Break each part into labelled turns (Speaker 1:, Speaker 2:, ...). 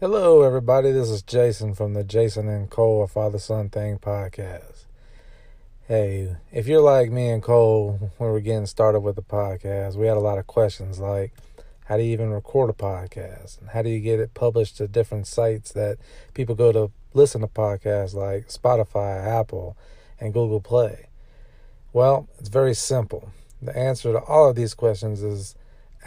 Speaker 1: Hello, everybody. This is Jason from the Jason and Cole A Father Son Thing podcast. Hey, if you're like me and Cole, when we're getting started with the podcast, we had a lot of questions like how do you even record a podcast? And how do you get it published to different sites that people go to listen to podcasts like Spotify, Apple, and Google Play? Well, it's very simple. The answer to all of these questions is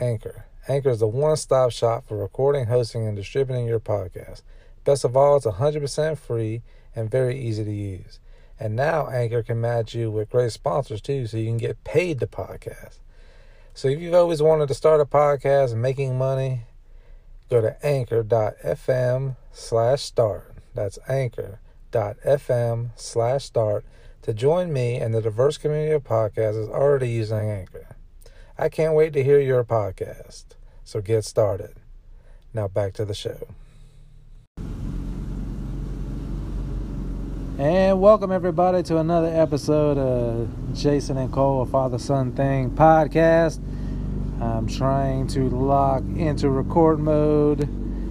Speaker 1: Anchor. Anchor is the one stop shop for recording, hosting, and distributing your podcast. Best of all, it's 100% free and very easy to use. And now Anchor can match you with great sponsors too, so you can get paid to podcast. So if you've always wanted to start a podcast and making money, go to anchor.fm slash start. That's anchor.fm slash start to join me and the diverse community of podcasts is already using Anchor. I can't wait to hear your podcast. So get started. Now back to the show. And welcome everybody to another episode of Jason and Cole, a father son thing podcast. I'm trying to lock into record mode.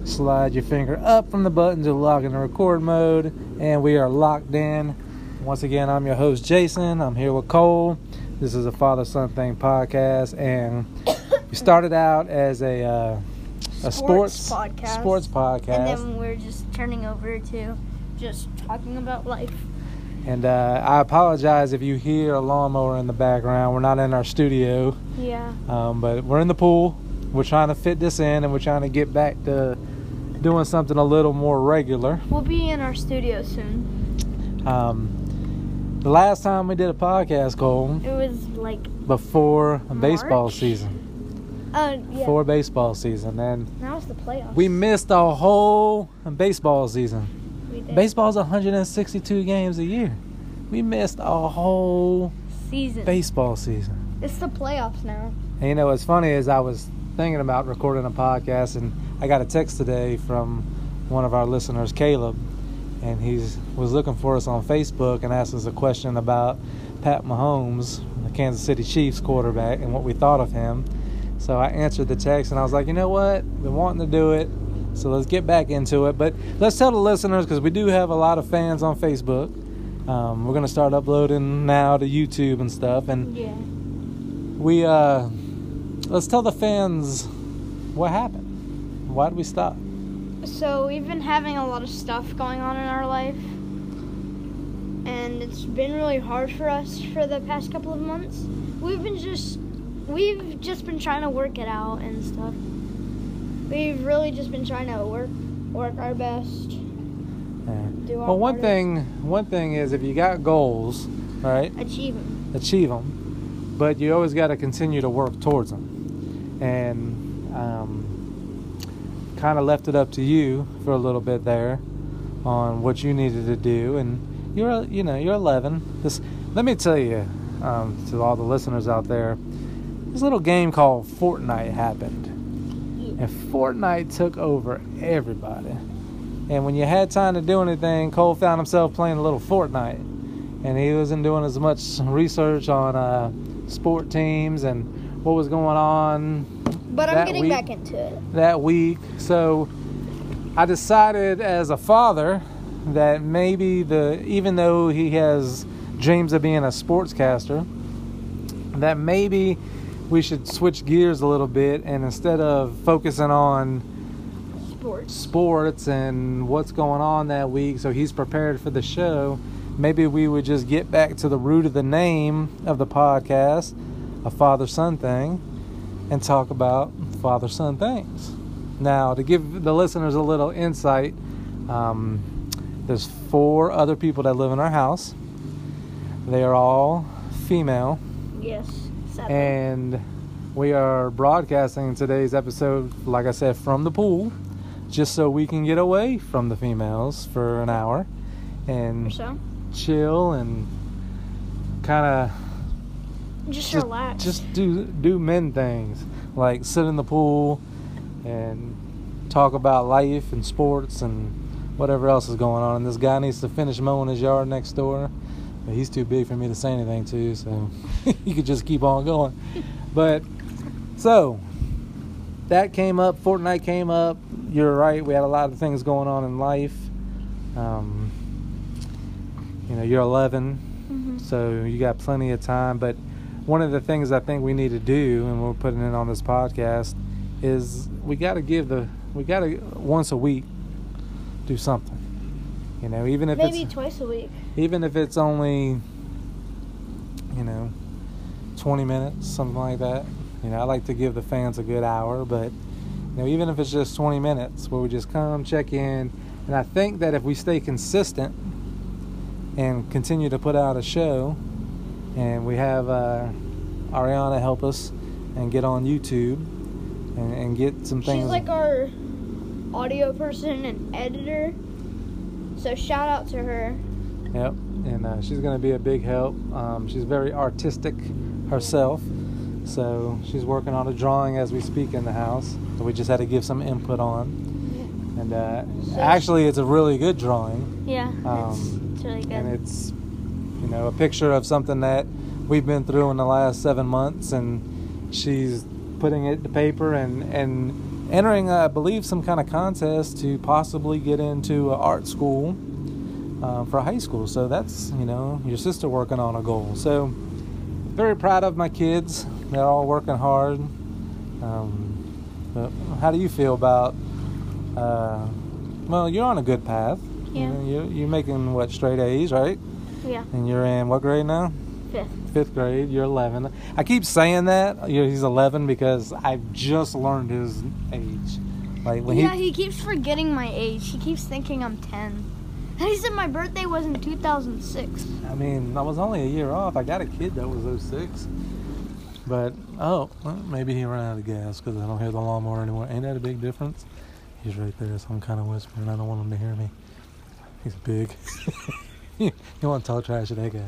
Speaker 1: Slide your finger up from the button to lock into record mode, and we are locked in. Once again, I'm your host Jason. I'm here with Cole. This is a father son thing podcast, and we started out as a uh, a sports,
Speaker 2: Sports podcast.
Speaker 1: sports podcast.
Speaker 2: And then we're just turning over to just talking about life.
Speaker 1: And uh, I apologize if you hear a lawnmower in the background. We're not in our studio,
Speaker 2: Yeah.
Speaker 1: um, but we're in the pool. We're trying to fit this in and we're trying to get back to doing something a little more regular.
Speaker 2: We'll be in our studio soon.
Speaker 1: Um, the last time we did a podcast, Cole,
Speaker 2: It was like,
Speaker 1: before baseball
Speaker 2: March?
Speaker 1: season,
Speaker 2: uh, yeah.
Speaker 1: before baseball season, and
Speaker 2: Now it's the playoffs.
Speaker 1: we missed a whole baseball season.
Speaker 2: We did.
Speaker 1: Baseball's 162 games a year. We missed a whole
Speaker 2: season.
Speaker 1: baseball season.
Speaker 2: It's the playoffs now.
Speaker 1: And you know what's funny is I was thinking about recording a podcast, and I got a text today from one of our listeners, Caleb, and he was looking for us on Facebook and asked us a question about Pat Mahomes, the Kansas City Chiefs quarterback, and what we thought of him. So I answered the text, and I was like, you know what, been wanting to do it, so let's get back into it. But let's tell the listeners because we do have a lot of fans on Facebook. Um, we're gonna start uploading now to YouTube and stuff, and
Speaker 2: Yeah.
Speaker 1: we uh let's tell the fans what happened why did we stop
Speaker 2: So we've been having a lot of stuff going on in our life. And it's been really hard for us for the past couple of months. We've been just we've just been trying to work it out and stuff. We've really just been trying to work work our best. Do our
Speaker 1: well one
Speaker 2: part.
Speaker 1: thing one thing is if you got goals right
Speaker 2: achievement.
Speaker 1: achieve them but you always got to continue to work towards them and um, kind of left it up to you for a little bit there on what you needed to do and you're you know you're 11 this let me tell you um, to all the listeners out there this little game called fortnite happened and fortnite took over everybody and when you had time to do anything cole found himself playing a little fortnite and he wasn't doing as much research on uh, sport teams and what was going on
Speaker 2: But
Speaker 1: I'm That getting
Speaker 2: I'm getting
Speaker 1: week- back
Speaker 2: back into it.
Speaker 1: that week. So I decided as a father that maybe the even though he has dreams of being a sportscaster, that maybe we should switch gears a little bit and instead of focusing on
Speaker 2: Sports.
Speaker 1: sports and what's going on that week, so he's prepared for the show. Maybe we would just get back to the root of the name of the podcast, a father son thing, and talk about father son things. Now, to give the listeners a little insight, um, there's four other people that live in our house. They are all female,
Speaker 2: Yes. Sadly.
Speaker 1: and we are broadcasting today's episode, like I said, from the pool, just so we can get away from the females for an hour
Speaker 2: Or
Speaker 1: and
Speaker 2: so.
Speaker 1: chill and kind
Speaker 2: Just,
Speaker 1: Just- of
Speaker 2: relax.
Speaker 1: just do do men things, like sit in the pool and talk about life and sports and whatever else is going on. And this guy needs to finish mowing his yard next door, but he's too big for me to say anything to, so he could just keep on going. But so that came up, Fortnite came up, you're right. We had a lot of things going on in life. Um, you know, you're 11,
Speaker 2: hmm
Speaker 1: so you got plenty of time. But one of the things I think we need to do, and we're putting it on this podcast, is we got to give the we got to once a week do something. You know, even if
Speaker 2: Maybe
Speaker 1: it's
Speaker 2: twice a week.
Speaker 1: even if it's only you know 20 minutes, something like that. You know, I like to give the fans a good hour, but you know, even if it's just 20 minutes, where we just come check in, and I think that if we stay consistent and continue to put out a show, and we have uh, Ariana help us and get on YouTube and, and get some things.
Speaker 2: She's like our audio person and editor. So shout out to her.
Speaker 1: Yep, and uh, she's going to be a big help. Um, she's very artistic herself, so she's working on a drawing as we speak in the house that we just had to give some input on. And uh,
Speaker 2: So-
Speaker 1: actually, it's a really good drawing,
Speaker 2: Yeah,
Speaker 1: Um,
Speaker 2: it's really good.
Speaker 1: and it's you know a picture of something that we've been through in the last seven months, and she's putting it to paper and and entering, I believe, some kind of contest to possibly get into an art school um, for high school. So that's you know your sister working on a goal. So very proud of my kids. They're all working hard. Um, but how do you feel about? Uh, well, you're on a good path. You
Speaker 2: Yeah.
Speaker 1: know, You're, you're making what straight A's, right?
Speaker 2: yeah,
Speaker 1: And you're in what grade now?
Speaker 2: fifth.
Speaker 1: Fifth grade. You're 11. I keep saying that you know, he's 11 because I've just learned his age. Like when
Speaker 2: yeah,
Speaker 1: he,
Speaker 2: he keeps forgetting my age. He keeps thinking I'm 10. And he said my birthday was in 2006.
Speaker 1: I mean, I was only a year off. I got a kid that was 06. But, oh, well, maybe he ran out of gas because I don't hear the lawnmower anymore. Ain't that a big difference? He's right there, so I'm kind of whispering. I don't want him to hear me. He's big. you want to talk trash to that guy.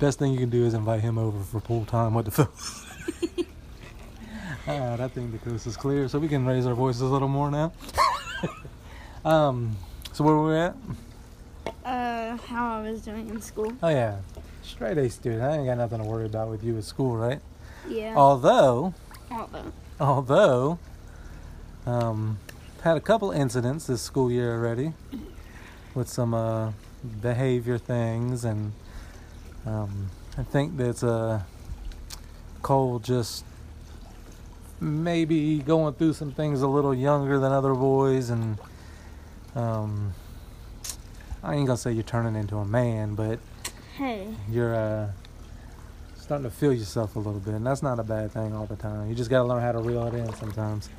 Speaker 1: Best thing you can do is invite him over for pool time. What the fuck? All right, I think the coast is clear, so we can raise our voices a little more now. um, so where were we at?
Speaker 2: Uh, how I was doing in school.
Speaker 1: Oh yeah, straight A student. I ain't got nothing to worry about with you at school, right?
Speaker 2: Yeah.
Speaker 1: Although,
Speaker 2: Although.
Speaker 1: although, um, had a couple incidents this school year already with some uh, behavior things, and um, I think that uh, Cole just maybe going through some things a little younger than other boys, and um, I ain't gonna say you're turning into a man, but
Speaker 2: Hey.
Speaker 1: you're uh, starting to feel yourself a little bit, and that's not a bad thing all the time. You just got to learn how to reel it in sometimes.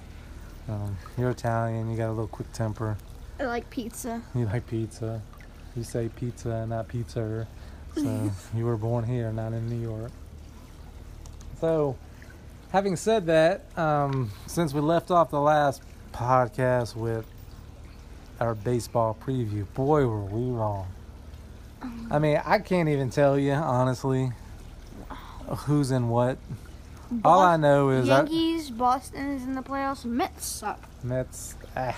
Speaker 1: Um, you're Italian, you got a little quick temper,
Speaker 2: I like pizza.
Speaker 1: you like pizza, you say pizza, not pizza. So you were born here, not in New York. So, having said that, um, since we left off the last podcast with our baseball preview, boy, were we wrong. I mean, I can't even tell you honestly who's in what. All I know is that
Speaker 2: Yankees, Boston is in the playoffs. Mets suck.
Speaker 1: Mets. Ah,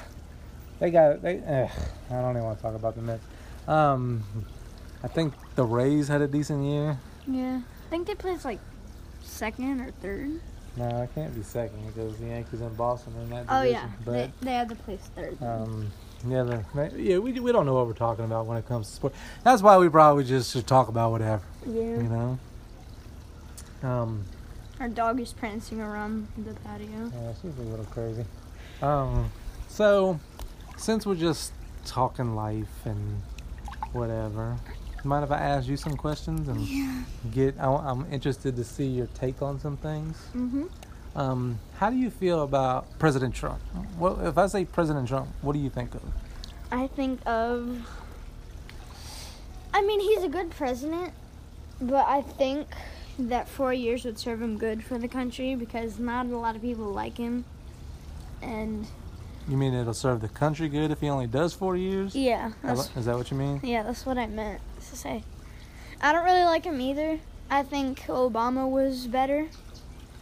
Speaker 1: they got they. eh, I don't even want to talk about the Mets. Um, I think the Rays had a decent year.
Speaker 2: Yeah. I think they placed like second or third.
Speaker 1: No, it can't be second because the Yankees and Boston are in that division.
Speaker 2: Oh yeah,
Speaker 1: but
Speaker 2: they, they had to place third.
Speaker 1: um, yeah, the, yeah, we we don't know what we're talking about when it comes to sport. That's why we probably just should talk about whatever,
Speaker 2: yeah.
Speaker 1: you
Speaker 2: Mm.
Speaker 1: know. Um,
Speaker 2: Our dog is prancing around the patio.
Speaker 1: yeah, she's a little crazy. Um, so since we're just talking life and whatever, mind if I ask you some questions and
Speaker 2: Yeah.
Speaker 1: get? I, I'm interested to see your take on some things.
Speaker 2: Mm-hmm.
Speaker 1: Um, how do you feel about President Trump? Well, if I say President Trump, what do you think of?
Speaker 2: I think of. I mean, he's a good president, but I think that four years would serve him good for the country because not a lot of people like him. And
Speaker 1: You mean it'll serve the country good if he only does four years?
Speaker 2: yeah, that's,
Speaker 1: Is that what you mean?
Speaker 2: yeah, that's what I meant to say. I don't really like him either. I think Obama was better.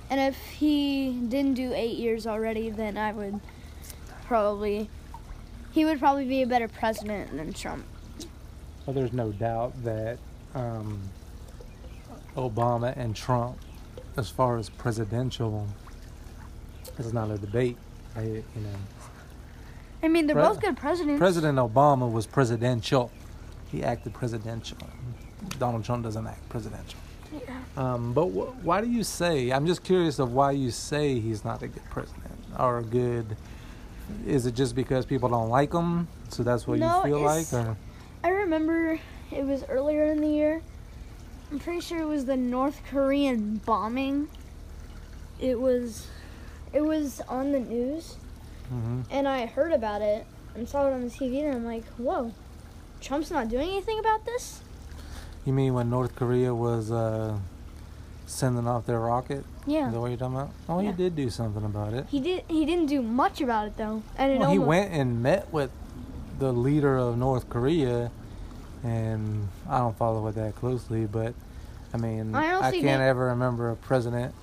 Speaker 2: And if he didn't do eight years already, then I would probably. He would probably be a better president than Trump.
Speaker 1: Well, there's no doubt that um, Obama and Trump, as far as
Speaker 2: Mm-hmm.
Speaker 1: presidential, it's not a debate. I, you know,
Speaker 2: I mean, they're
Speaker 1: Right.
Speaker 2: both good presidents.
Speaker 1: President Obama was presidential. He acted presidential. Donald Trump doesn't act presidential.
Speaker 2: Yeah.
Speaker 1: Um, but wh- why do you say? I'm just curious of why you say he's not a good president or a good. Is it just because people don't like him, so that's what
Speaker 2: No,
Speaker 1: you feel like?
Speaker 2: it's-
Speaker 1: Or?
Speaker 2: I remember it was earlier in the year. I'm pretty sure it was the North Korean bombing. It was it was on the news
Speaker 1: hmm
Speaker 2: and I heard about it and saw it on the TV and I'm like, "Whoa. Trump's not doing anything about this?"
Speaker 1: You mean when North Korea was uh, sending off their rocket? Is that
Speaker 2: Yeah.
Speaker 1: what you're talking about? Oh,
Speaker 2: Yeah.
Speaker 1: he did do something about it.
Speaker 2: He did he didn't do much about it though. And it
Speaker 1: Well, he
Speaker 2: almo-
Speaker 1: went and met with the leader of North Korea, and I don't follow it that closely, but I mean,
Speaker 2: I
Speaker 1: I,
Speaker 2: don't see
Speaker 1: can't
Speaker 2: that-
Speaker 1: ever remember a president,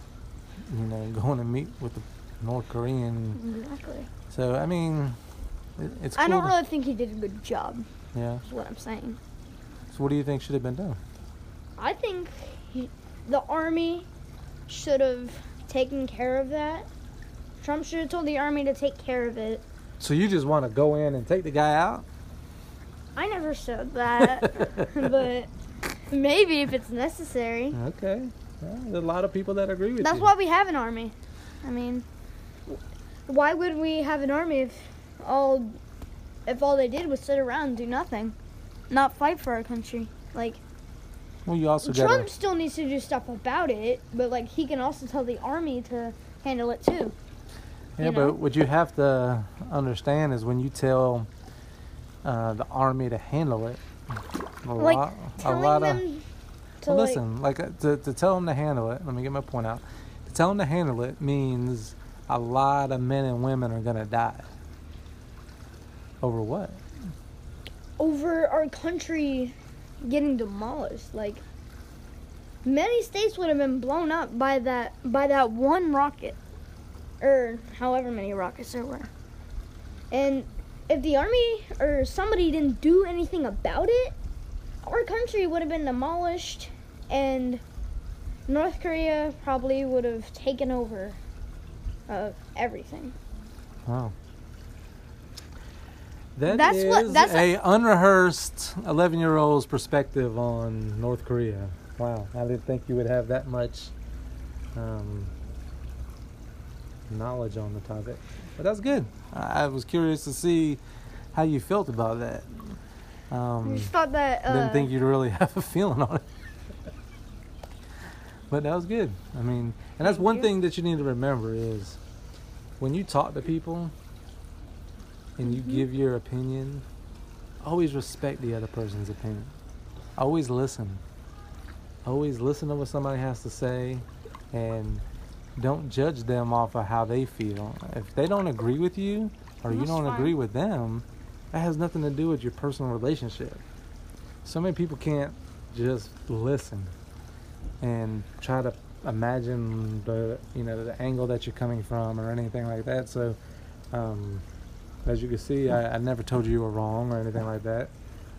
Speaker 1: you know, going to meet with the North Korean.
Speaker 2: Exactly.
Speaker 1: So I mean, it, it's. Cool
Speaker 2: I don't
Speaker 1: to-
Speaker 2: really think he did a good job.
Speaker 1: Yeah.
Speaker 2: Is what I'm saying.
Speaker 1: So what do you think should have been done?
Speaker 2: I think he, the army should have taken care of that. Trump should have told the army to take care of it.
Speaker 1: So you just want to go in and take the guy out?
Speaker 2: I never said that, but maybe if it's necessary.
Speaker 1: Okay. Well, there's a lot of people that agree with
Speaker 2: That's
Speaker 1: you.
Speaker 2: why we have an army. I mean, wh- why would we have an army if all if all they did was sit around and do nothing, not fight for our country? Like
Speaker 1: Well, you also got.
Speaker 2: Trump still needs to do stuff about it, but like he can also tell the army to handle it too.
Speaker 1: Yeah,
Speaker 2: you know?
Speaker 1: but what you have to understand is when you tell uh, the army to handle it, a
Speaker 2: Like,
Speaker 1: lot, a
Speaker 2: telling
Speaker 1: lot
Speaker 2: them
Speaker 1: of.
Speaker 2: to
Speaker 1: Well,
Speaker 2: like,
Speaker 1: listen, like uh, to, to tell them to handle it. Let me get my point out. To tell them to handle it means a lot of men and women are gonna die. Over what?
Speaker 2: over our country getting demolished. Like many states would have been blown up by that by that one rocket, or however many rockets there were. And if the army or somebody didn't do anything about it, our country would have been demolished, and North Korea probably would have taken over uh, everything.
Speaker 1: Wow. That
Speaker 2: That's what-
Speaker 1: is
Speaker 2: that's-
Speaker 1: a unrehearsed 11 year old's perspective on North Korea. Wow, I didn't think you would have that much um, knowledge on the topic. But that's good. I I was curious to see how you felt about that.
Speaker 2: I
Speaker 1: Um,
Speaker 2: just thought that uh,
Speaker 1: didn't think you'd really have a feeling on it. but that was good. I mean, and that's
Speaker 2: Thank
Speaker 1: one
Speaker 2: you.
Speaker 1: thing that you need to remember is when you talk to people and you
Speaker 2: Mm-hmm.
Speaker 1: give your opinion, always respect the other person's opinion. Always listen. Always listen to what somebody has to say and don't judge them off of how they feel. If they don't agree with you or you
Speaker 2: That's
Speaker 1: don't
Speaker 2: fine.
Speaker 1: agree with them, that has nothing to do with your personal relationship. So many people can't just listen and try to imagine the you know the angle that you're coming from or anything like that. So um, as you can see, I, I never told you you were wrong or anything like that.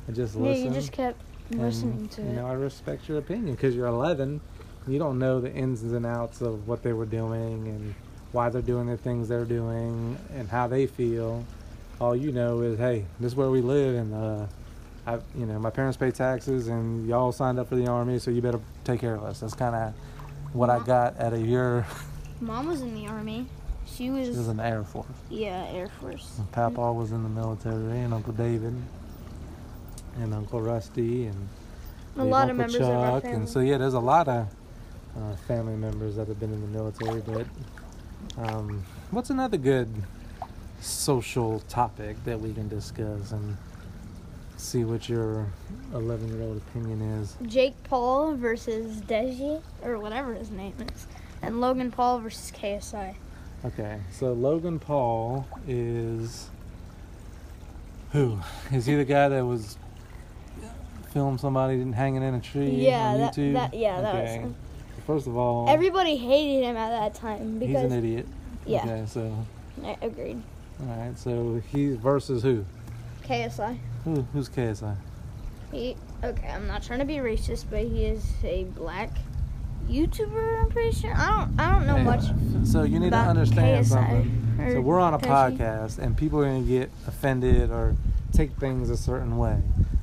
Speaker 1: I just
Speaker 2: yeah,
Speaker 1: listen.
Speaker 2: you just kept
Speaker 1: and,
Speaker 2: listening to
Speaker 1: you
Speaker 2: it.
Speaker 1: know, I respect your opinion because you're 11. You don't know the ins and outs of what they were doing and why they're doing the things they're doing and how they feel. All you know is, hey, this is where we live, and uh, I, you know, my parents pay taxes, and y'all signed up for the army, so you better take care of us. That's kind of what I
Speaker 2: Yeah.
Speaker 1: got out of your.
Speaker 2: Mom was in the army. She was,
Speaker 1: It was an Air Force.
Speaker 2: yeah, Air Force.
Speaker 1: And Papa was in the military, and Uncle David, and Uncle Rusty, and
Speaker 2: A
Speaker 1: We have
Speaker 2: lot of members
Speaker 1: Uncle
Speaker 2: of our
Speaker 1: Chuck, And
Speaker 2: family.
Speaker 1: so yeah, there's a lot of uh, family members that have been in the military. But um, what's another good social topic that we can discuss and see what your 11 year old opinion is?
Speaker 2: Jake Paul versus Deji or whatever his name is, and Logan Paul versus KSI.
Speaker 1: Okay, so Logan Paul is who? Is he the guy that was filmed somebody hanging in a tree
Speaker 2: yeah,
Speaker 1: on
Speaker 2: that,
Speaker 1: YouTube?
Speaker 2: that yeah, that
Speaker 1: Okay.
Speaker 2: was.
Speaker 1: First of all,
Speaker 2: Everybody hated him at that time
Speaker 1: Oh. he's
Speaker 2: because
Speaker 1: an idiot.
Speaker 2: yeah,
Speaker 1: Okay, so
Speaker 2: I agreed.
Speaker 1: All right, so he's versus who?
Speaker 2: KSI.
Speaker 1: Who who's KSI?
Speaker 2: He okay. I'm not trying to be racist, but he is a black YouTuber. I'm pretty sure. I don't. I don't know much.
Speaker 1: So you need to
Speaker 2: About
Speaker 1: understand
Speaker 2: KSI.
Speaker 1: something.
Speaker 2: or
Speaker 1: So we're on a
Speaker 2: touchy.
Speaker 1: podcast, and people are gonna get offended or take things a certain way.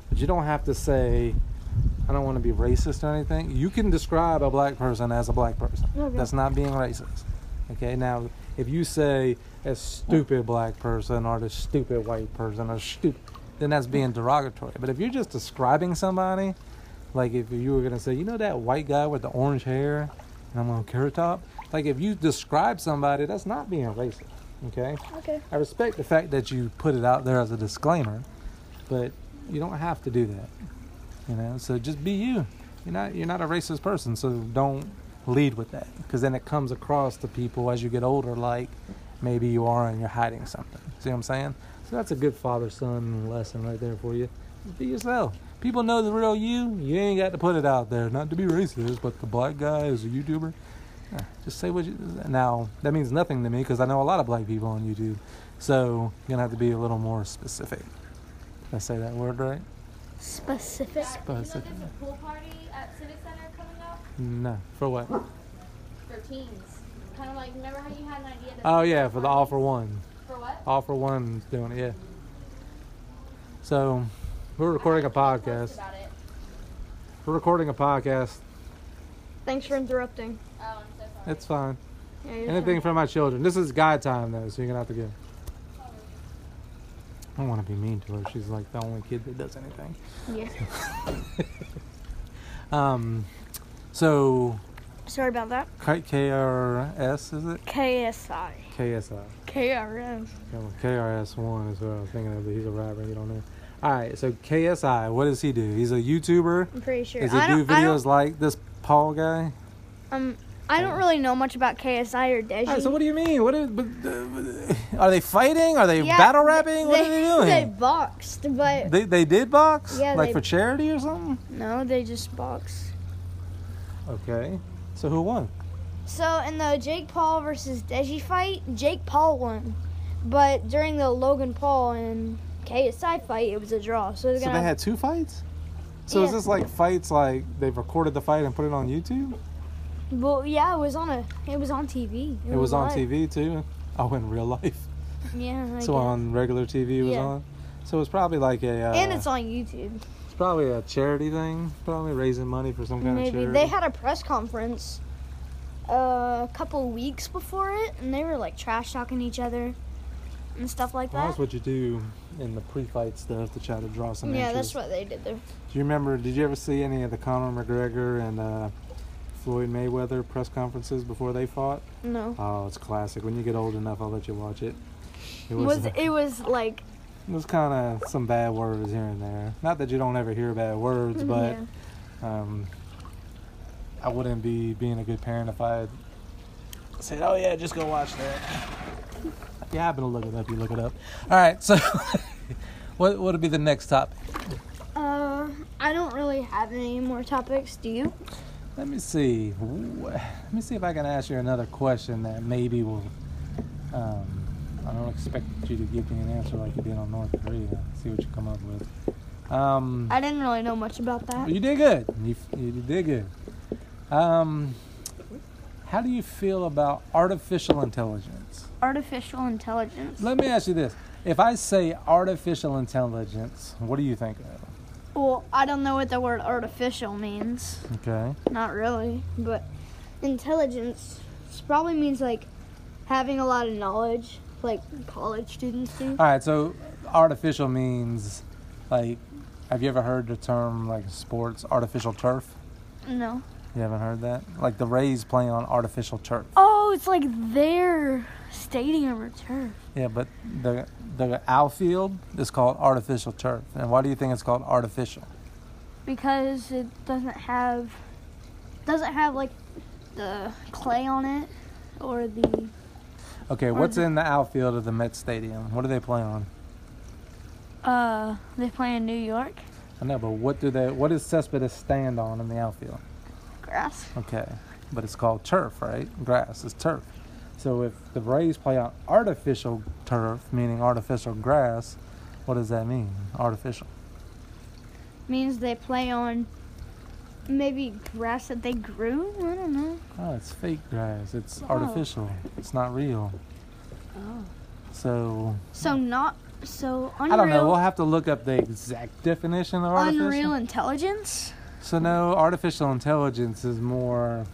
Speaker 1: But you don't have to say, "I don't want to be racist" or anything. You can describe a black person as a black person.
Speaker 2: Okay.
Speaker 1: That's not being racist. Okay. Now, if you say a stupid black person or the stupid white person or stupid, then that's being derogatory. But if you're just describing somebody, like if you were gonna say, you know, that white guy with the orange hair, and I'm on carrot top. Like if you describe somebody, that's not being racist. Okay.
Speaker 2: Okay.
Speaker 1: I respect the fact that you put it out there as a disclaimer, but you don't have to do that. You know, so just be you. You're not you're not a racist person, so don't lead with that because then it comes across to people as you get older like maybe you are and you're hiding something. See what I'm saying? So that's a good father son lesson right there for you. Just be yourself. People know the real you. You ain't got to put it out there. Not to be racist, but the black guy is a YouTuber. Yeah, just say what you. Now that means nothing to me because I know a lot of black people on YouTube, so you're gonna have to be a little more specific. Did I say that word right?
Speaker 2: Specific.
Speaker 3: you know, there's
Speaker 1: Specific.
Speaker 3: a pool party at Civic Center coming up
Speaker 1: No. For what?
Speaker 3: for teens. Kind of like, remember how you had an idea? to-
Speaker 1: Oh yeah, for the all for one.
Speaker 3: For what?
Speaker 1: All for one's doing it. Yeah. So we're recording a podcast.
Speaker 3: About it.
Speaker 1: We're recording a podcast.
Speaker 2: Thanks for interrupting.
Speaker 3: Oh, I'm so sorry.
Speaker 1: It's fine.
Speaker 2: Yeah, you're
Speaker 1: Anything
Speaker 2: fine.
Speaker 1: for my children. This is guy time though, so you're gonna have to go. I don't want to be mean to her. She's like the only kid that does anything.
Speaker 2: Yeah.
Speaker 1: Um, so
Speaker 2: Sorry about that.
Speaker 1: K- KRS is it?
Speaker 2: KSI.
Speaker 1: KSI.
Speaker 2: KRS.
Speaker 1: Yeah, well, KRS One is what I was thinking of. But he's a rapper. You don't know. All right. So KSI. What does he do? He's a YouTuber.
Speaker 2: I'm pretty sure.
Speaker 1: Does he
Speaker 2: I
Speaker 1: do
Speaker 2: don't, I don't,
Speaker 1: videos like this Paul guy?
Speaker 2: um, I don't really know much about KSI or Deji.
Speaker 1: All right, so what do you mean? What? Is, but, uh, are they fighting? Are they
Speaker 2: Yeah,
Speaker 1: battle rapping? What
Speaker 2: they,
Speaker 1: are they doing?
Speaker 2: They boxed, but
Speaker 1: They, they did box?
Speaker 2: Yeah,
Speaker 1: like
Speaker 2: they-
Speaker 1: for charity or something?
Speaker 2: no, they just boxed.
Speaker 1: Okay. So who won?
Speaker 2: So in the Jake Paul versus Deji fight, Jake Paul won, but during the Logan Paul and KSI fight, it was a draw. So, they're
Speaker 1: So
Speaker 2: gonna,
Speaker 1: they had two fights? So is
Speaker 2: Yeah.
Speaker 1: this like fights like they've recorded the fight and put it on YouTube?
Speaker 2: well, yeah, it was on a, it was on TV.
Speaker 1: It, was, on
Speaker 2: live.
Speaker 1: TV too? Oh, in real life.
Speaker 2: Yeah.
Speaker 1: so
Speaker 2: I guess.
Speaker 1: on regular TV it was
Speaker 2: Yeah.
Speaker 1: on? So it's probably like a uh,
Speaker 2: and it's on YouTube.
Speaker 1: it's probably a charity thing, probably raising money for some kind of
Speaker 2: Maybe
Speaker 1: charity.
Speaker 2: they had a press conference uh, a couple weeks before it, and they were like trash talking each other and stuff like
Speaker 1: well, that's
Speaker 2: that.
Speaker 1: what you do in the pre-fight stuff to try to draw some
Speaker 2: yeah,
Speaker 1: interest.
Speaker 2: that's what they did there.
Speaker 1: Do you remember? Did you ever see any of the Conor McGregor and uh, Floyd Mayweather press conferences before they fought?
Speaker 2: No,
Speaker 1: Oh, it's classic. When you get old enough, I'll let you watch it. It
Speaker 2: it
Speaker 1: was,
Speaker 2: was
Speaker 1: it
Speaker 2: it was like
Speaker 1: was kind of some bad words here and there. Not that you don't ever hear bad words, but
Speaker 2: yeah.
Speaker 1: um, I wouldn't be being a good parent if I had said, "Oh yeah, just go watch that." If you happen to look it up, you look it up. All right. So, what what would be the next topic?
Speaker 2: Uh, I don't really have any more topics. Do you?
Speaker 1: Let me see. Ooh, Let me see if I can ask you another question that maybe will. Um, I don't expect you to give me an answer like you did on North Korea. See what you come up with. Um,
Speaker 2: I didn't really know much about that.
Speaker 1: you did good. You, you did good. Um, how do you feel about artificial intelligence?
Speaker 2: Artificial intelligence.
Speaker 1: Let me ask you this. If I say artificial intelligence, what do you think of?
Speaker 2: Well, I don't know what the word artificial means.
Speaker 1: Okay.
Speaker 2: Not really, but intelligence probably means like having a lot of knowledge, like college students do.
Speaker 1: All right, so artificial means like have you ever heard the term like sports artificial turf?
Speaker 2: No.
Speaker 1: You haven't heard that? Like the Rays playing on artificial turf.
Speaker 2: Oh, it's like their stadium or turf.
Speaker 1: Yeah, but the the outfield is called artificial turf. And why do you think it's called artificial?
Speaker 2: because it doesn't have doesn't have like the clay on it or the
Speaker 1: Okay, what's in the outfield of the Met Stadium? What do they play on?
Speaker 2: uh they play in New York
Speaker 1: I know, but what do they what does Cespedes stand on in the outfield?
Speaker 2: grass.
Speaker 1: Okay, but it's called turf, right? Grass is turf. So if the Rays play on artificial turf, meaning artificial grass, what does that mean? Artificial.
Speaker 2: Means they play on maybe grass that they grew. I don't know.
Speaker 1: Oh, it's fake grass. It's artificial. It's not real.
Speaker 2: Oh.
Speaker 1: So
Speaker 2: So not so unreal.
Speaker 1: I don't know. We'll have to look up the exact definition of artificial.
Speaker 2: unreal intelligence.
Speaker 1: So no, artificial intelligence is more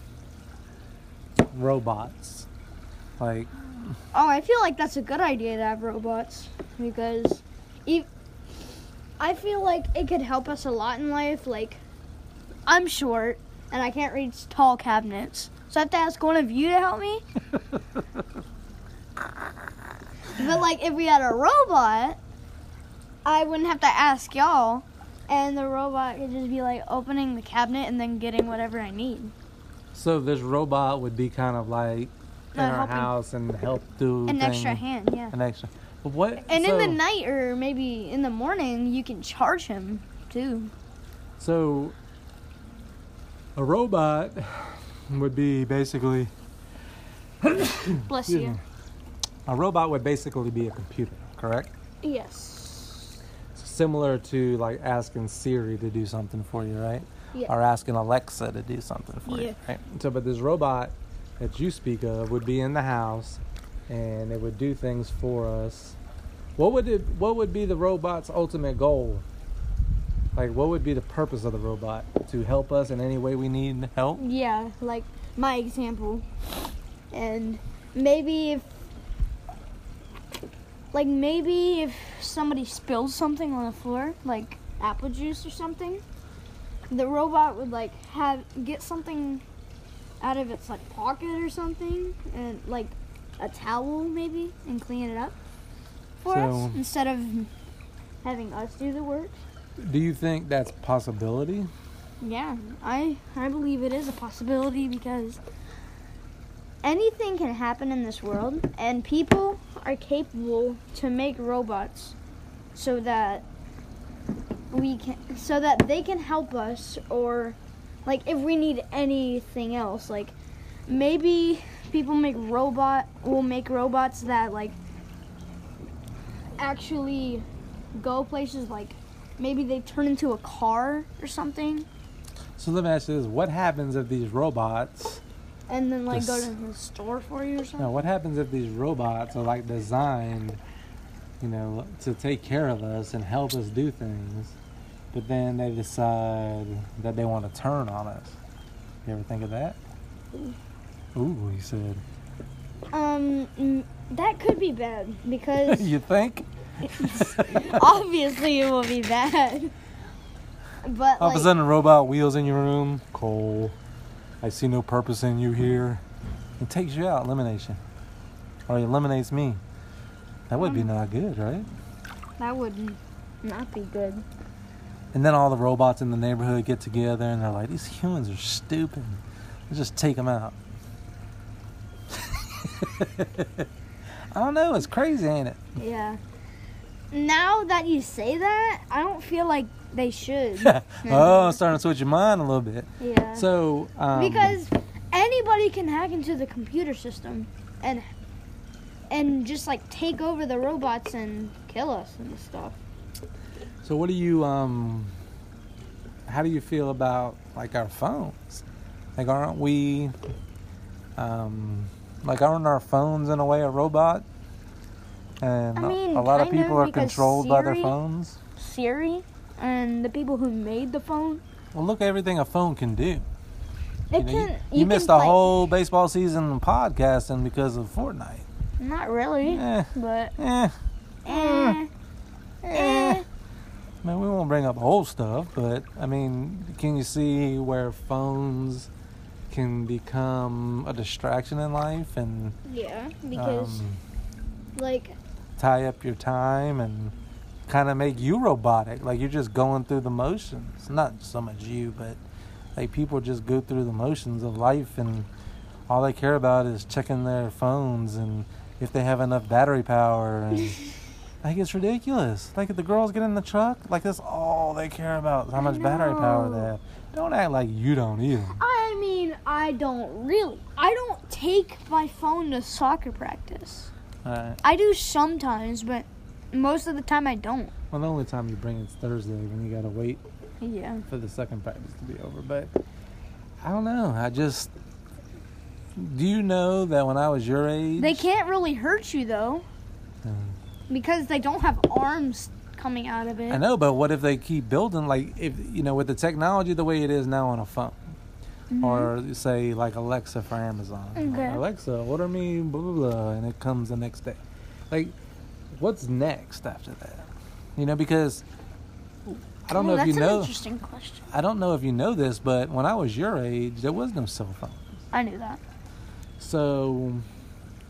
Speaker 1: robots. Like
Speaker 2: Oh, I feel like that's a good idea to have robots because, e- I feel like it could help us a lot in life. Like, I'm short and I can't reach tall cabinets, so I have to ask one of you to help me. But like, if we had a robot, I wouldn't have to ask y'all, and the robot could just be like opening the cabinet and then getting whatever I need.
Speaker 1: so this robot would be kind of like in
Speaker 2: Uh,
Speaker 1: our
Speaker 2: helping.
Speaker 1: house and help do
Speaker 2: An extra
Speaker 1: things.
Speaker 2: hand, yeah.
Speaker 1: An extra. But what?
Speaker 2: And
Speaker 1: so,
Speaker 2: in the night or maybe in the morning, you can charge him too.
Speaker 1: So a robot would be basically
Speaker 2: Bless
Speaker 1: Excuse me. a robot would basically be a computer, correct?
Speaker 2: Yes.
Speaker 1: Similar to like asking Siri to do something for you, right?
Speaker 2: Yeah.
Speaker 1: Or asking Alexa to do something for
Speaker 2: Yeah.
Speaker 1: you, right? So, but this robot that you speak of would be in the house, and it would do things for us. What would it? What would be the robot's ultimate goal? Like, what would be the purpose of the robot? To help us in any way we need help?
Speaker 2: Yeah, like my example. And maybe if like maybe if somebody spills something on the floor, like apple juice or something, the robot would like have get something out of its like pocket or something and like a towel maybe and clean it up for
Speaker 1: So-
Speaker 2: us instead of having us do the work.
Speaker 1: Do you think that's a possibility?
Speaker 2: Yeah, I I believe it is a possibility because anything can happen in this world, and people are capable to make robots so that we can so that they can help us or like if we need anything else like maybe people make robot will make robots that like actually go places like maybe they turn into a car or something
Speaker 1: So let me ask you this: What happens if these robots?
Speaker 2: and then like go
Speaker 1: This-
Speaker 2: to the store for you or
Speaker 1: Now,
Speaker 2: something.
Speaker 1: what happens if these robots are like designed, you know, to take care of us and help us do things, but then they decide that they want to turn on us? You ever think of that? Ooh, he said.
Speaker 2: Um, mm, that could be bad because
Speaker 1: you think?
Speaker 2: obviously it will be bad. But
Speaker 1: All of a
Speaker 2: like,
Speaker 1: sudden, a robot wheels in your room. Cole, I see no purpose in you here. It takes you out, elimination, or it eliminates me. That would be not good, right?
Speaker 2: that would not be good.
Speaker 1: And then all the robots in the neighborhood get together and they're like, these humans are stupid. Let's just take them out. I don't know. It's crazy, ain't it?
Speaker 2: Yeah. Now that you say that, I don't feel like they should. yeah.
Speaker 1: Oh, it's starting to switch your mind a little bit. So, um,
Speaker 2: because anybody can hack into the computer system and and just like take over the robots and kill us and stuff.
Speaker 1: so what do you, um, how do you feel about like our phones? Like, aren't we, um, like, aren't our phones in a way a robot? And
Speaker 2: I
Speaker 1: a-
Speaker 2: mean,
Speaker 1: a lot of
Speaker 2: kind of,
Speaker 1: people are
Speaker 2: because
Speaker 1: controlled by their
Speaker 2: Siri-
Speaker 1: phones.
Speaker 2: Siri and the people who made the phone.
Speaker 1: Well, look at everything a phone can do. You,
Speaker 2: It
Speaker 1: know,
Speaker 2: can.
Speaker 1: you-
Speaker 2: you
Speaker 1: you
Speaker 2: can
Speaker 1: missed a
Speaker 2: play-
Speaker 1: whole baseball season podcasting because of Fortnite.
Speaker 2: Not really,
Speaker 1: Eh,
Speaker 2: but
Speaker 1: eh, Mm.
Speaker 2: eh, eh.
Speaker 1: I mean, we won't bring up whole stuff, but I mean, can you see where phones can become a distraction in life and
Speaker 2: yeah, because
Speaker 1: um,
Speaker 2: like
Speaker 1: tie up your time and kind of make you robotic? Like you're just going through the motions. Not so much you, but like people just go through the motions of life and all they care about is checking their phones and if they have enough battery power and like it's ridiculous like if the girls get in the truck like that's all they care about is how
Speaker 2: I
Speaker 1: much battery power they
Speaker 2: know.
Speaker 1: have don't act like you don't either
Speaker 2: I mean, I don't really. I don't take my phone to soccer practice.
Speaker 1: all right
Speaker 2: I do sometimes, but most of the time I don't.
Speaker 1: well the only time you bring it's thursday when you gotta wait
Speaker 2: Yeah.
Speaker 1: for the second practice to be over but i don't know i just Do you know that when I was your age?
Speaker 2: They can't really hurt you though,
Speaker 1: No.
Speaker 2: because they don't have arms coming out of it.
Speaker 1: I know, but what if they keep building? Like, if you know, with the technology the way it is now on a phone, or say like Alexa for Amazon, like,
Speaker 2: Mm-hmm. Okay.
Speaker 1: Alexa, order me blah blah blah, and it comes the next day. Like, what's next after that? You know, because I don't
Speaker 2: Well,
Speaker 1: know if
Speaker 2: that's
Speaker 1: you
Speaker 2: an
Speaker 1: know.
Speaker 2: interesting question.
Speaker 1: I don't know if you know this, but when I was your age, there was no cell phone.
Speaker 2: I knew that.
Speaker 1: So,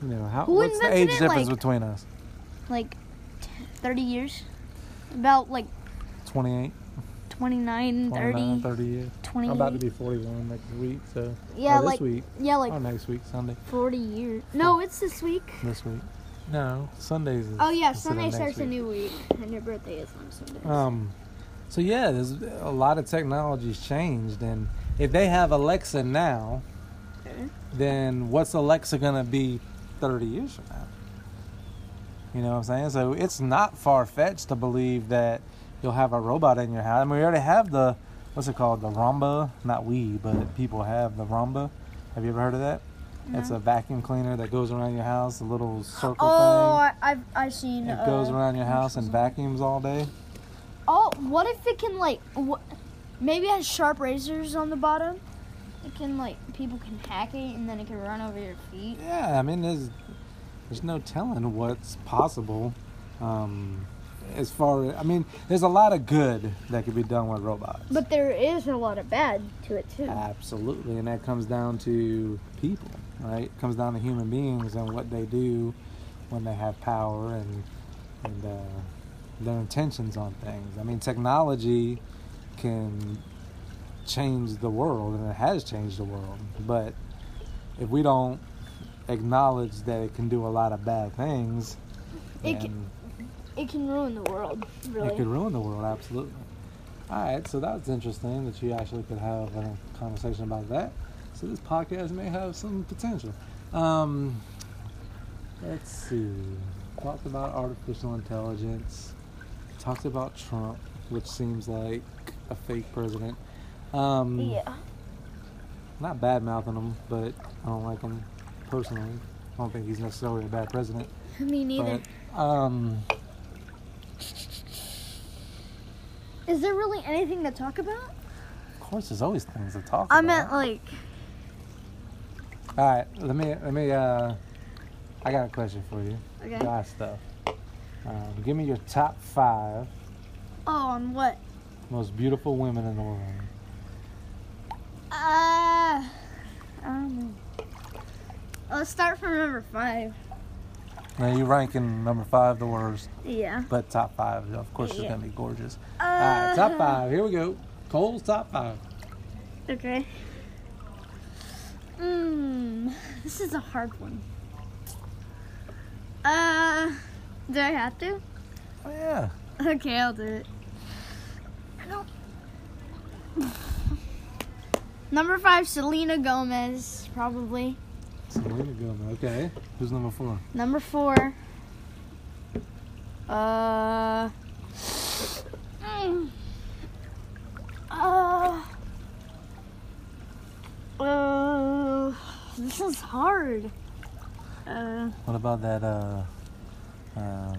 Speaker 1: you know, how,
Speaker 2: Who
Speaker 1: what's the
Speaker 2: invented
Speaker 1: age
Speaker 2: it,
Speaker 1: difference
Speaker 2: like-
Speaker 1: between us?
Speaker 2: Like, t- thirty years, about like
Speaker 1: 28,
Speaker 2: 29,
Speaker 1: 29,
Speaker 2: 30,
Speaker 1: 30 years.
Speaker 2: 20.
Speaker 1: I'm about to be 41 next week, so.
Speaker 2: yeah,
Speaker 1: or this
Speaker 2: like
Speaker 1: week. Oh.
Speaker 2: yeah,
Speaker 1: or
Speaker 2: like
Speaker 1: next week, Sunday.
Speaker 2: forty years. No, it's this week.
Speaker 1: This week. No, Sundays is.
Speaker 2: Oh
Speaker 1: instead
Speaker 2: yeah,
Speaker 1: of
Speaker 2: Sunday
Speaker 1: next
Speaker 2: starts a
Speaker 1: week.
Speaker 2: new week, and your birthday is on Sunday.
Speaker 1: Um, so yeah, there's a lot of technology's changed, and if they have Alexa now,
Speaker 2: Mhm.
Speaker 1: then what's Alexa gonna be 30 years from now? You know what I'm saying? So it's not far fetched to believe that you'll have a robot in your house. I mean, we already have the what's it called, the Rumba? Not we, but people have the Rumba. Have you ever heard of that? It's a vacuum cleaner that goes around your house, a little circle
Speaker 2: oh,
Speaker 1: thing.
Speaker 2: I, I've I've seen.
Speaker 1: It
Speaker 2: uh,
Speaker 1: goes around your house and vacuums all day.
Speaker 2: Oh, what if it can like, wh- maybe it has sharp razors on the bottom? It can like people can hack it and then it can run over your feet.
Speaker 1: Yeah, I mean, there's there's no telling what's possible. Um, as far I mean, there's a lot of good that could be done with robots.
Speaker 2: But there is a lot of bad to it too.
Speaker 1: Ah. Absolutely, and that comes down to people, right? It comes down to human beings and what they do when they have power and and uh, their intentions on things. I mean, technology can change the world, and it has changed the world. But if we don't acknowledge that it can do a lot of bad things,
Speaker 2: It
Speaker 1: then-
Speaker 2: It can ruin the world, really.
Speaker 1: it could ruin the world, absolutely. All right, so that's interesting that you actually could have a conversation about that. So this podcast may have some potential. Um, let's see. Talked about artificial intelligence. Talked about Trump, which seems like a fake president. Um,
Speaker 2: yeah.
Speaker 1: Not bad mouthing him, but I don't like him personally. I don't think he's necessarily a bad president.
Speaker 2: Me neither.
Speaker 1: But, um,
Speaker 2: Is there really anything to talk about?
Speaker 1: of course, there's always things to talk
Speaker 2: I
Speaker 1: about.
Speaker 2: meant like,
Speaker 1: All right, let me let me. Uh, I got a question for you.
Speaker 2: okay.
Speaker 1: God stuff. Um, give me your top five
Speaker 2: Oh, on what?
Speaker 1: most beautiful women in the world.
Speaker 2: Uh, I don't know. Let's start from number five.
Speaker 1: Now you ranking number five the worst,
Speaker 2: Yeah.
Speaker 1: but top five, of course, she's
Speaker 2: Yeah.
Speaker 1: gonna be gorgeous.
Speaker 2: Uh,
Speaker 1: All right, top five. Here we go. Cole's top five.
Speaker 2: Okay. Mmm, this is a hard one. Uh, do I have to?
Speaker 1: Oh yeah.
Speaker 2: Okay, I'll do it. I don't. Number five, Selena Gomez, probably.
Speaker 1: Selena Gomez. Okay. Who's number four?
Speaker 2: Number four. Uh. mm, Uh. Uh. This is hard. Uh.
Speaker 1: What about that? Uh. uh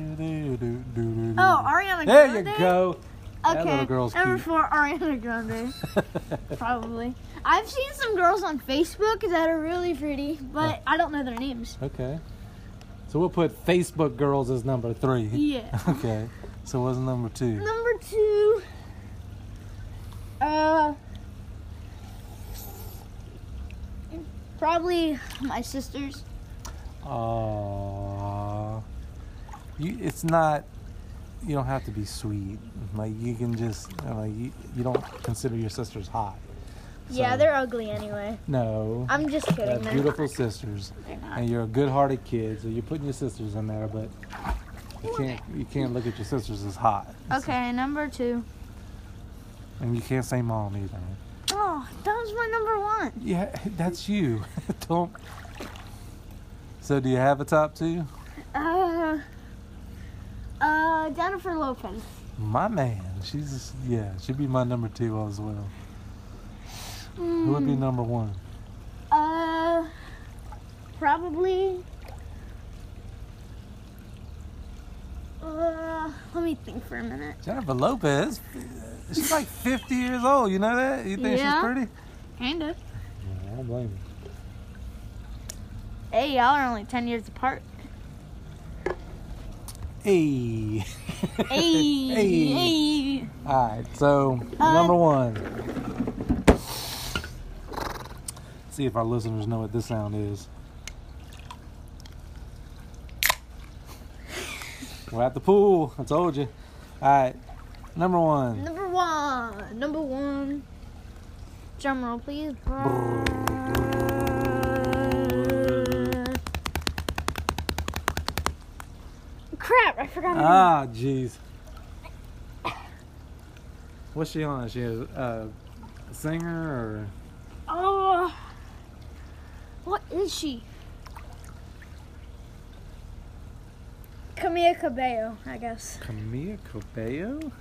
Speaker 1: Oh,
Speaker 2: Oh, Ariana
Speaker 1: There
Speaker 2: Grande.
Speaker 1: you go. That
Speaker 2: Okay.
Speaker 1: little girl's
Speaker 2: Number
Speaker 1: cute.
Speaker 2: four, Ariana Grande. probably. I've seen some girls on Facebook that are really pretty, but I don't know their names.
Speaker 1: okay. So we'll put Facebook girls as number three.
Speaker 2: Yeah.
Speaker 1: Okay. So what's number two?
Speaker 2: Number two. Uh. Probably my sisters.
Speaker 1: Aww. You, it's not. You don't have to be sweet. Like you can just you know, you, you don't consider your sisters hot.
Speaker 2: Yeah,
Speaker 1: So-
Speaker 2: they're ugly anyway.
Speaker 1: No.
Speaker 2: I'm just
Speaker 1: They're
Speaker 2: kidding. They're
Speaker 1: beautiful sisters,
Speaker 2: not. They're not.
Speaker 1: and you're a good-hearted kid, so you're putting your sisters in there, but you can't you can't look at your sisters as hot,
Speaker 2: Okay, number two.
Speaker 1: and you can't say mom either.
Speaker 2: Oh, that was my number one.
Speaker 1: Yeah, that's you. Don't. So, do you have a top two?
Speaker 2: Uh. Uh, Jennifer Lopez.
Speaker 1: my man. She's yeah, she'd be my number two as well. Who would be
Speaker 2: Mm,
Speaker 1: number one?
Speaker 2: Uh, probably. Uh, let me think for a minute.
Speaker 1: Jennifer Lopez. She's like 50 years old. You know that? You think
Speaker 2: Yeah.
Speaker 1: she's pretty?
Speaker 2: Kind of.
Speaker 1: Yeah, I don't blame you.
Speaker 2: Hey, y'all are only ten years apart.
Speaker 1: Hey.
Speaker 2: Hey,
Speaker 1: hey.
Speaker 2: hey.
Speaker 1: All right. So
Speaker 2: Uh,
Speaker 1: number one. See if our listeners know what this sound is. We're at the pool. I told you. All right. Number one.
Speaker 2: Number one. Number one. Drum roll, please. Crap! I forgot. her name.
Speaker 1: Ah, jeez. What's she on? Is she a, a singer
Speaker 2: Oh, what is she? Camilla Cabello, I guess,
Speaker 1: or Camilla Cabello?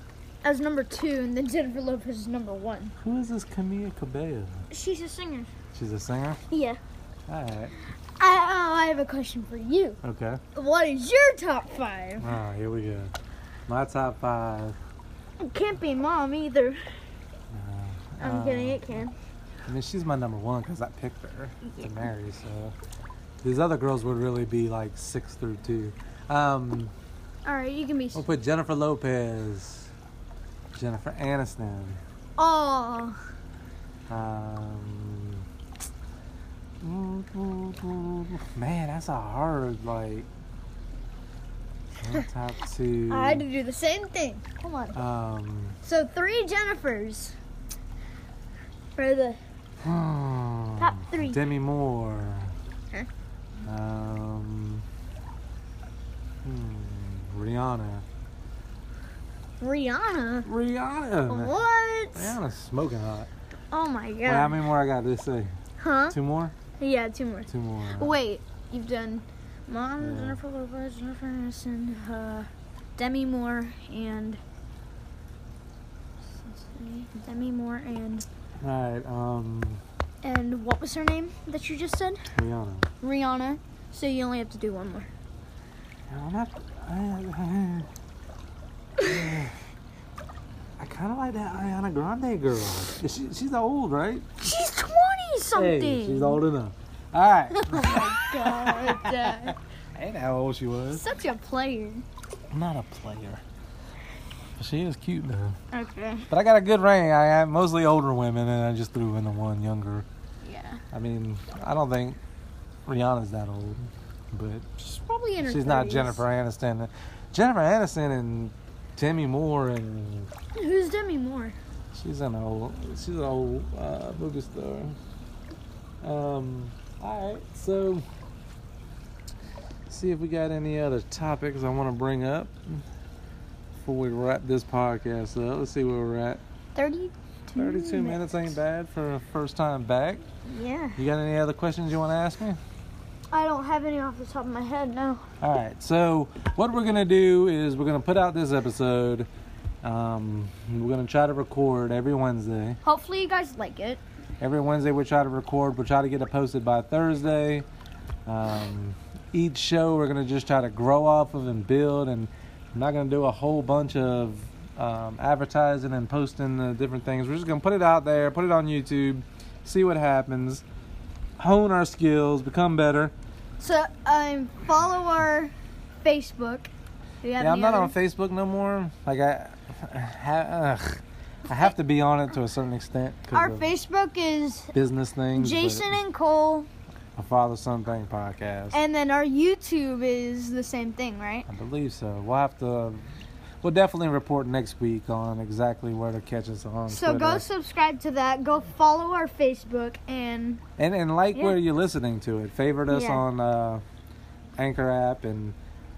Speaker 2: as number two, and then Jennifer Lopez is number one.
Speaker 1: Who is this Camilla Cabello?
Speaker 2: She's a singer.
Speaker 1: She's a singer.
Speaker 2: Yeah.
Speaker 1: All right.
Speaker 2: I, I have a question for you.
Speaker 1: Okay.
Speaker 2: What is your top five?
Speaker 1: Ah, here we go. My top five.
Speaker 2: It can't be mom either. I'm
Speaker 1: uh,
Speaker 2: kidding. It can.
Speaker 1: I mean, she's my number one because I picked her
Speaker 2: Yeah.
Speaker 1: to marry. So these other girls would really be like six through two. Um,
Speaker 2: All right, you can be. s-
Speaker 1: we'll put Jennifer Lopez, Jennifer Aniston.
Speaker 2: Oh,
Speaker 1: Um, man, that's a hard like top two.
Speaker 2: I had to do the same thing. Come on.
Speaker 1: Um,
Speaker 2: So three Jennifers for the
Speaker 1: top
Speaker 2: three.
Speaker 1: Demi Moore.
Speaker 2: Huh?
Speaker 1: Um, hmm, Rihanna.
Speaker 2: Rihanna.
Speaker 1: Rihanna. man.
Speaker 2: What?
Speaker 1: Rihanna's smoking hot.
Speaker 2: Oh my
Speaker 1: Wait, how
Speaker 2: god.
Speaker 1: many more I got this say?
Speaker 2: Huh?
Speaker 1: Two more?
Speaker 2: Yeah, two more.
Speaker 1: Two more.
Speaker 2: Wait, you've done Mom,
Speaker 1: Yeah.
Speaker 2: Jennifer Lopez, Jennifer Aniston, uh, Demi Moore, and Demi Moore and
Speaker 1: All right. Um,
Speaker 2: and what was her name that you just said?
Speaker 1: Rihanna.
Speaker 2: Rihanna. So you only have to do one more.
Speaker 1: No, I'm not. I, I kind of like that Ariana Grande girl. Is She, she's old, right?
Speaker 2: She's twenty something.
Speaker 1: Hey, she's old enough. All right.
Speaker 2: Oh my
Speaker 1: I
Speaker 2: god.
Speaker 1: ain't how old she was.
Speaker 2: Such a player.
Speaker 1: I'm not a player. She is cute though.
Speaker 2: Okay.
Speaker 1: But I got a good range. I have mostly older women, and I just threw in the one younger.
Speaker 2: Yeah.
Speaker 1: I mean, I don't think Rihanna's that old, but
Speaker 2: She's probably in her.
Speaker 1: she's not
Speaker 2: 30s.
Speaker 1: Jennifer Aniston. Jennifer Aniston and Demi Moore and
Speaker 2: Who's Demi Moore?
Speaker 1: She's an old, she's an old uh, movie star. Um, all right, so see if we got any other topics I want to bring up before we wrap this podcast up. Let's see where we're at.
Speaker 2: Thirty.
Speaker 1: Thirty-two minutes ain't bad for a first time back.
Speaker 2: Yeah.
Speaker 1: You got any other questions you want to ask me?
Speaker 2: I don't have any off the top of my head, no.
Speaker 1: All right. So what we're gonna do is we're gonna put out this episode. Um, we're gonna try to record every Wednesday.
Speaker 2: Hopefully you guys like it.
Speaker 1: Every Wednesday we try to record. We'll try to get it posted by Thursday. Um, each show we're gonna just try to grow off of and build, and I'm not gonna do a whole bunch of um, advertising and posting the different things. We're just gonna put it out there, put it on YouTube, see what happens, hone our skills, become better.
Speaker 2: So um follow our Facebook. Do you have
Speaker 1: yeah,
Speaker 2: any
Speaker 1: I'm not
Speaker 2: other-
Speaker 1: on Facebook no more. Like I, I ha- ugh, I have to be on it to a certain extent. 'cause
Speaker 2: Our
Speaker 1: of
Speaker 2: Facebook is
Speaker 1: business things. but
Speaker 2: Jason and Cole,
Speaker 1: a father son thing podcast.
Speaker 2: and then our YouTube is the same thing, right?
Speaker 1: I believe so. We'll have to. We'll definitely report next week on exactly where to catch us on.
Speaker 2: So go
Speaker 1: Twitter.
Speaker 2: subscribe to that. Go follow our Facebook, and
Speaker 1: and and like
Speaker 2: Yeah.
Speaker 1: where you're listening to it. Favorite us
Speaker 2: Yeah.
Speaker 1: on uh, Anchor app, and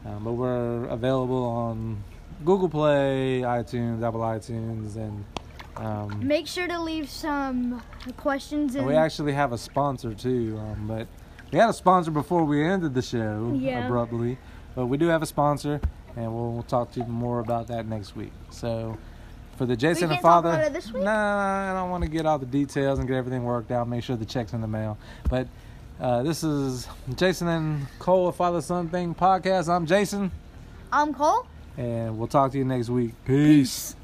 Speaker 1: um, but we're available on Google Play, iTunes, Apple iTunes, and um,
Speaker 2: make sure to leave some questions.
Speaker 1: And
Speaker 2: And
Speaker 1: we actually have a sponsor too, um, but we had a sponsor before we ended the show
Speaker 2: Yeah.
Speaker 1: abruptly. But we do have a sponsor, and we'll, we'll talk to you more about that next week. So, for the Jason
Speaker 2: can't
Speaker 1: and
Speaker 2: talk
Speaker 1: Father,
Speaker 2: about it this week?
Speaker 1: no, I don't want to get all the details and get everything worked out. Make sure the check's in the mail. But uh, this is Jason and Cole, a Father Son Thing podcast. I'm Jason,
Speaker 2: I'm Cole.
Speaker 1: and we'll talk to you next week. Peace.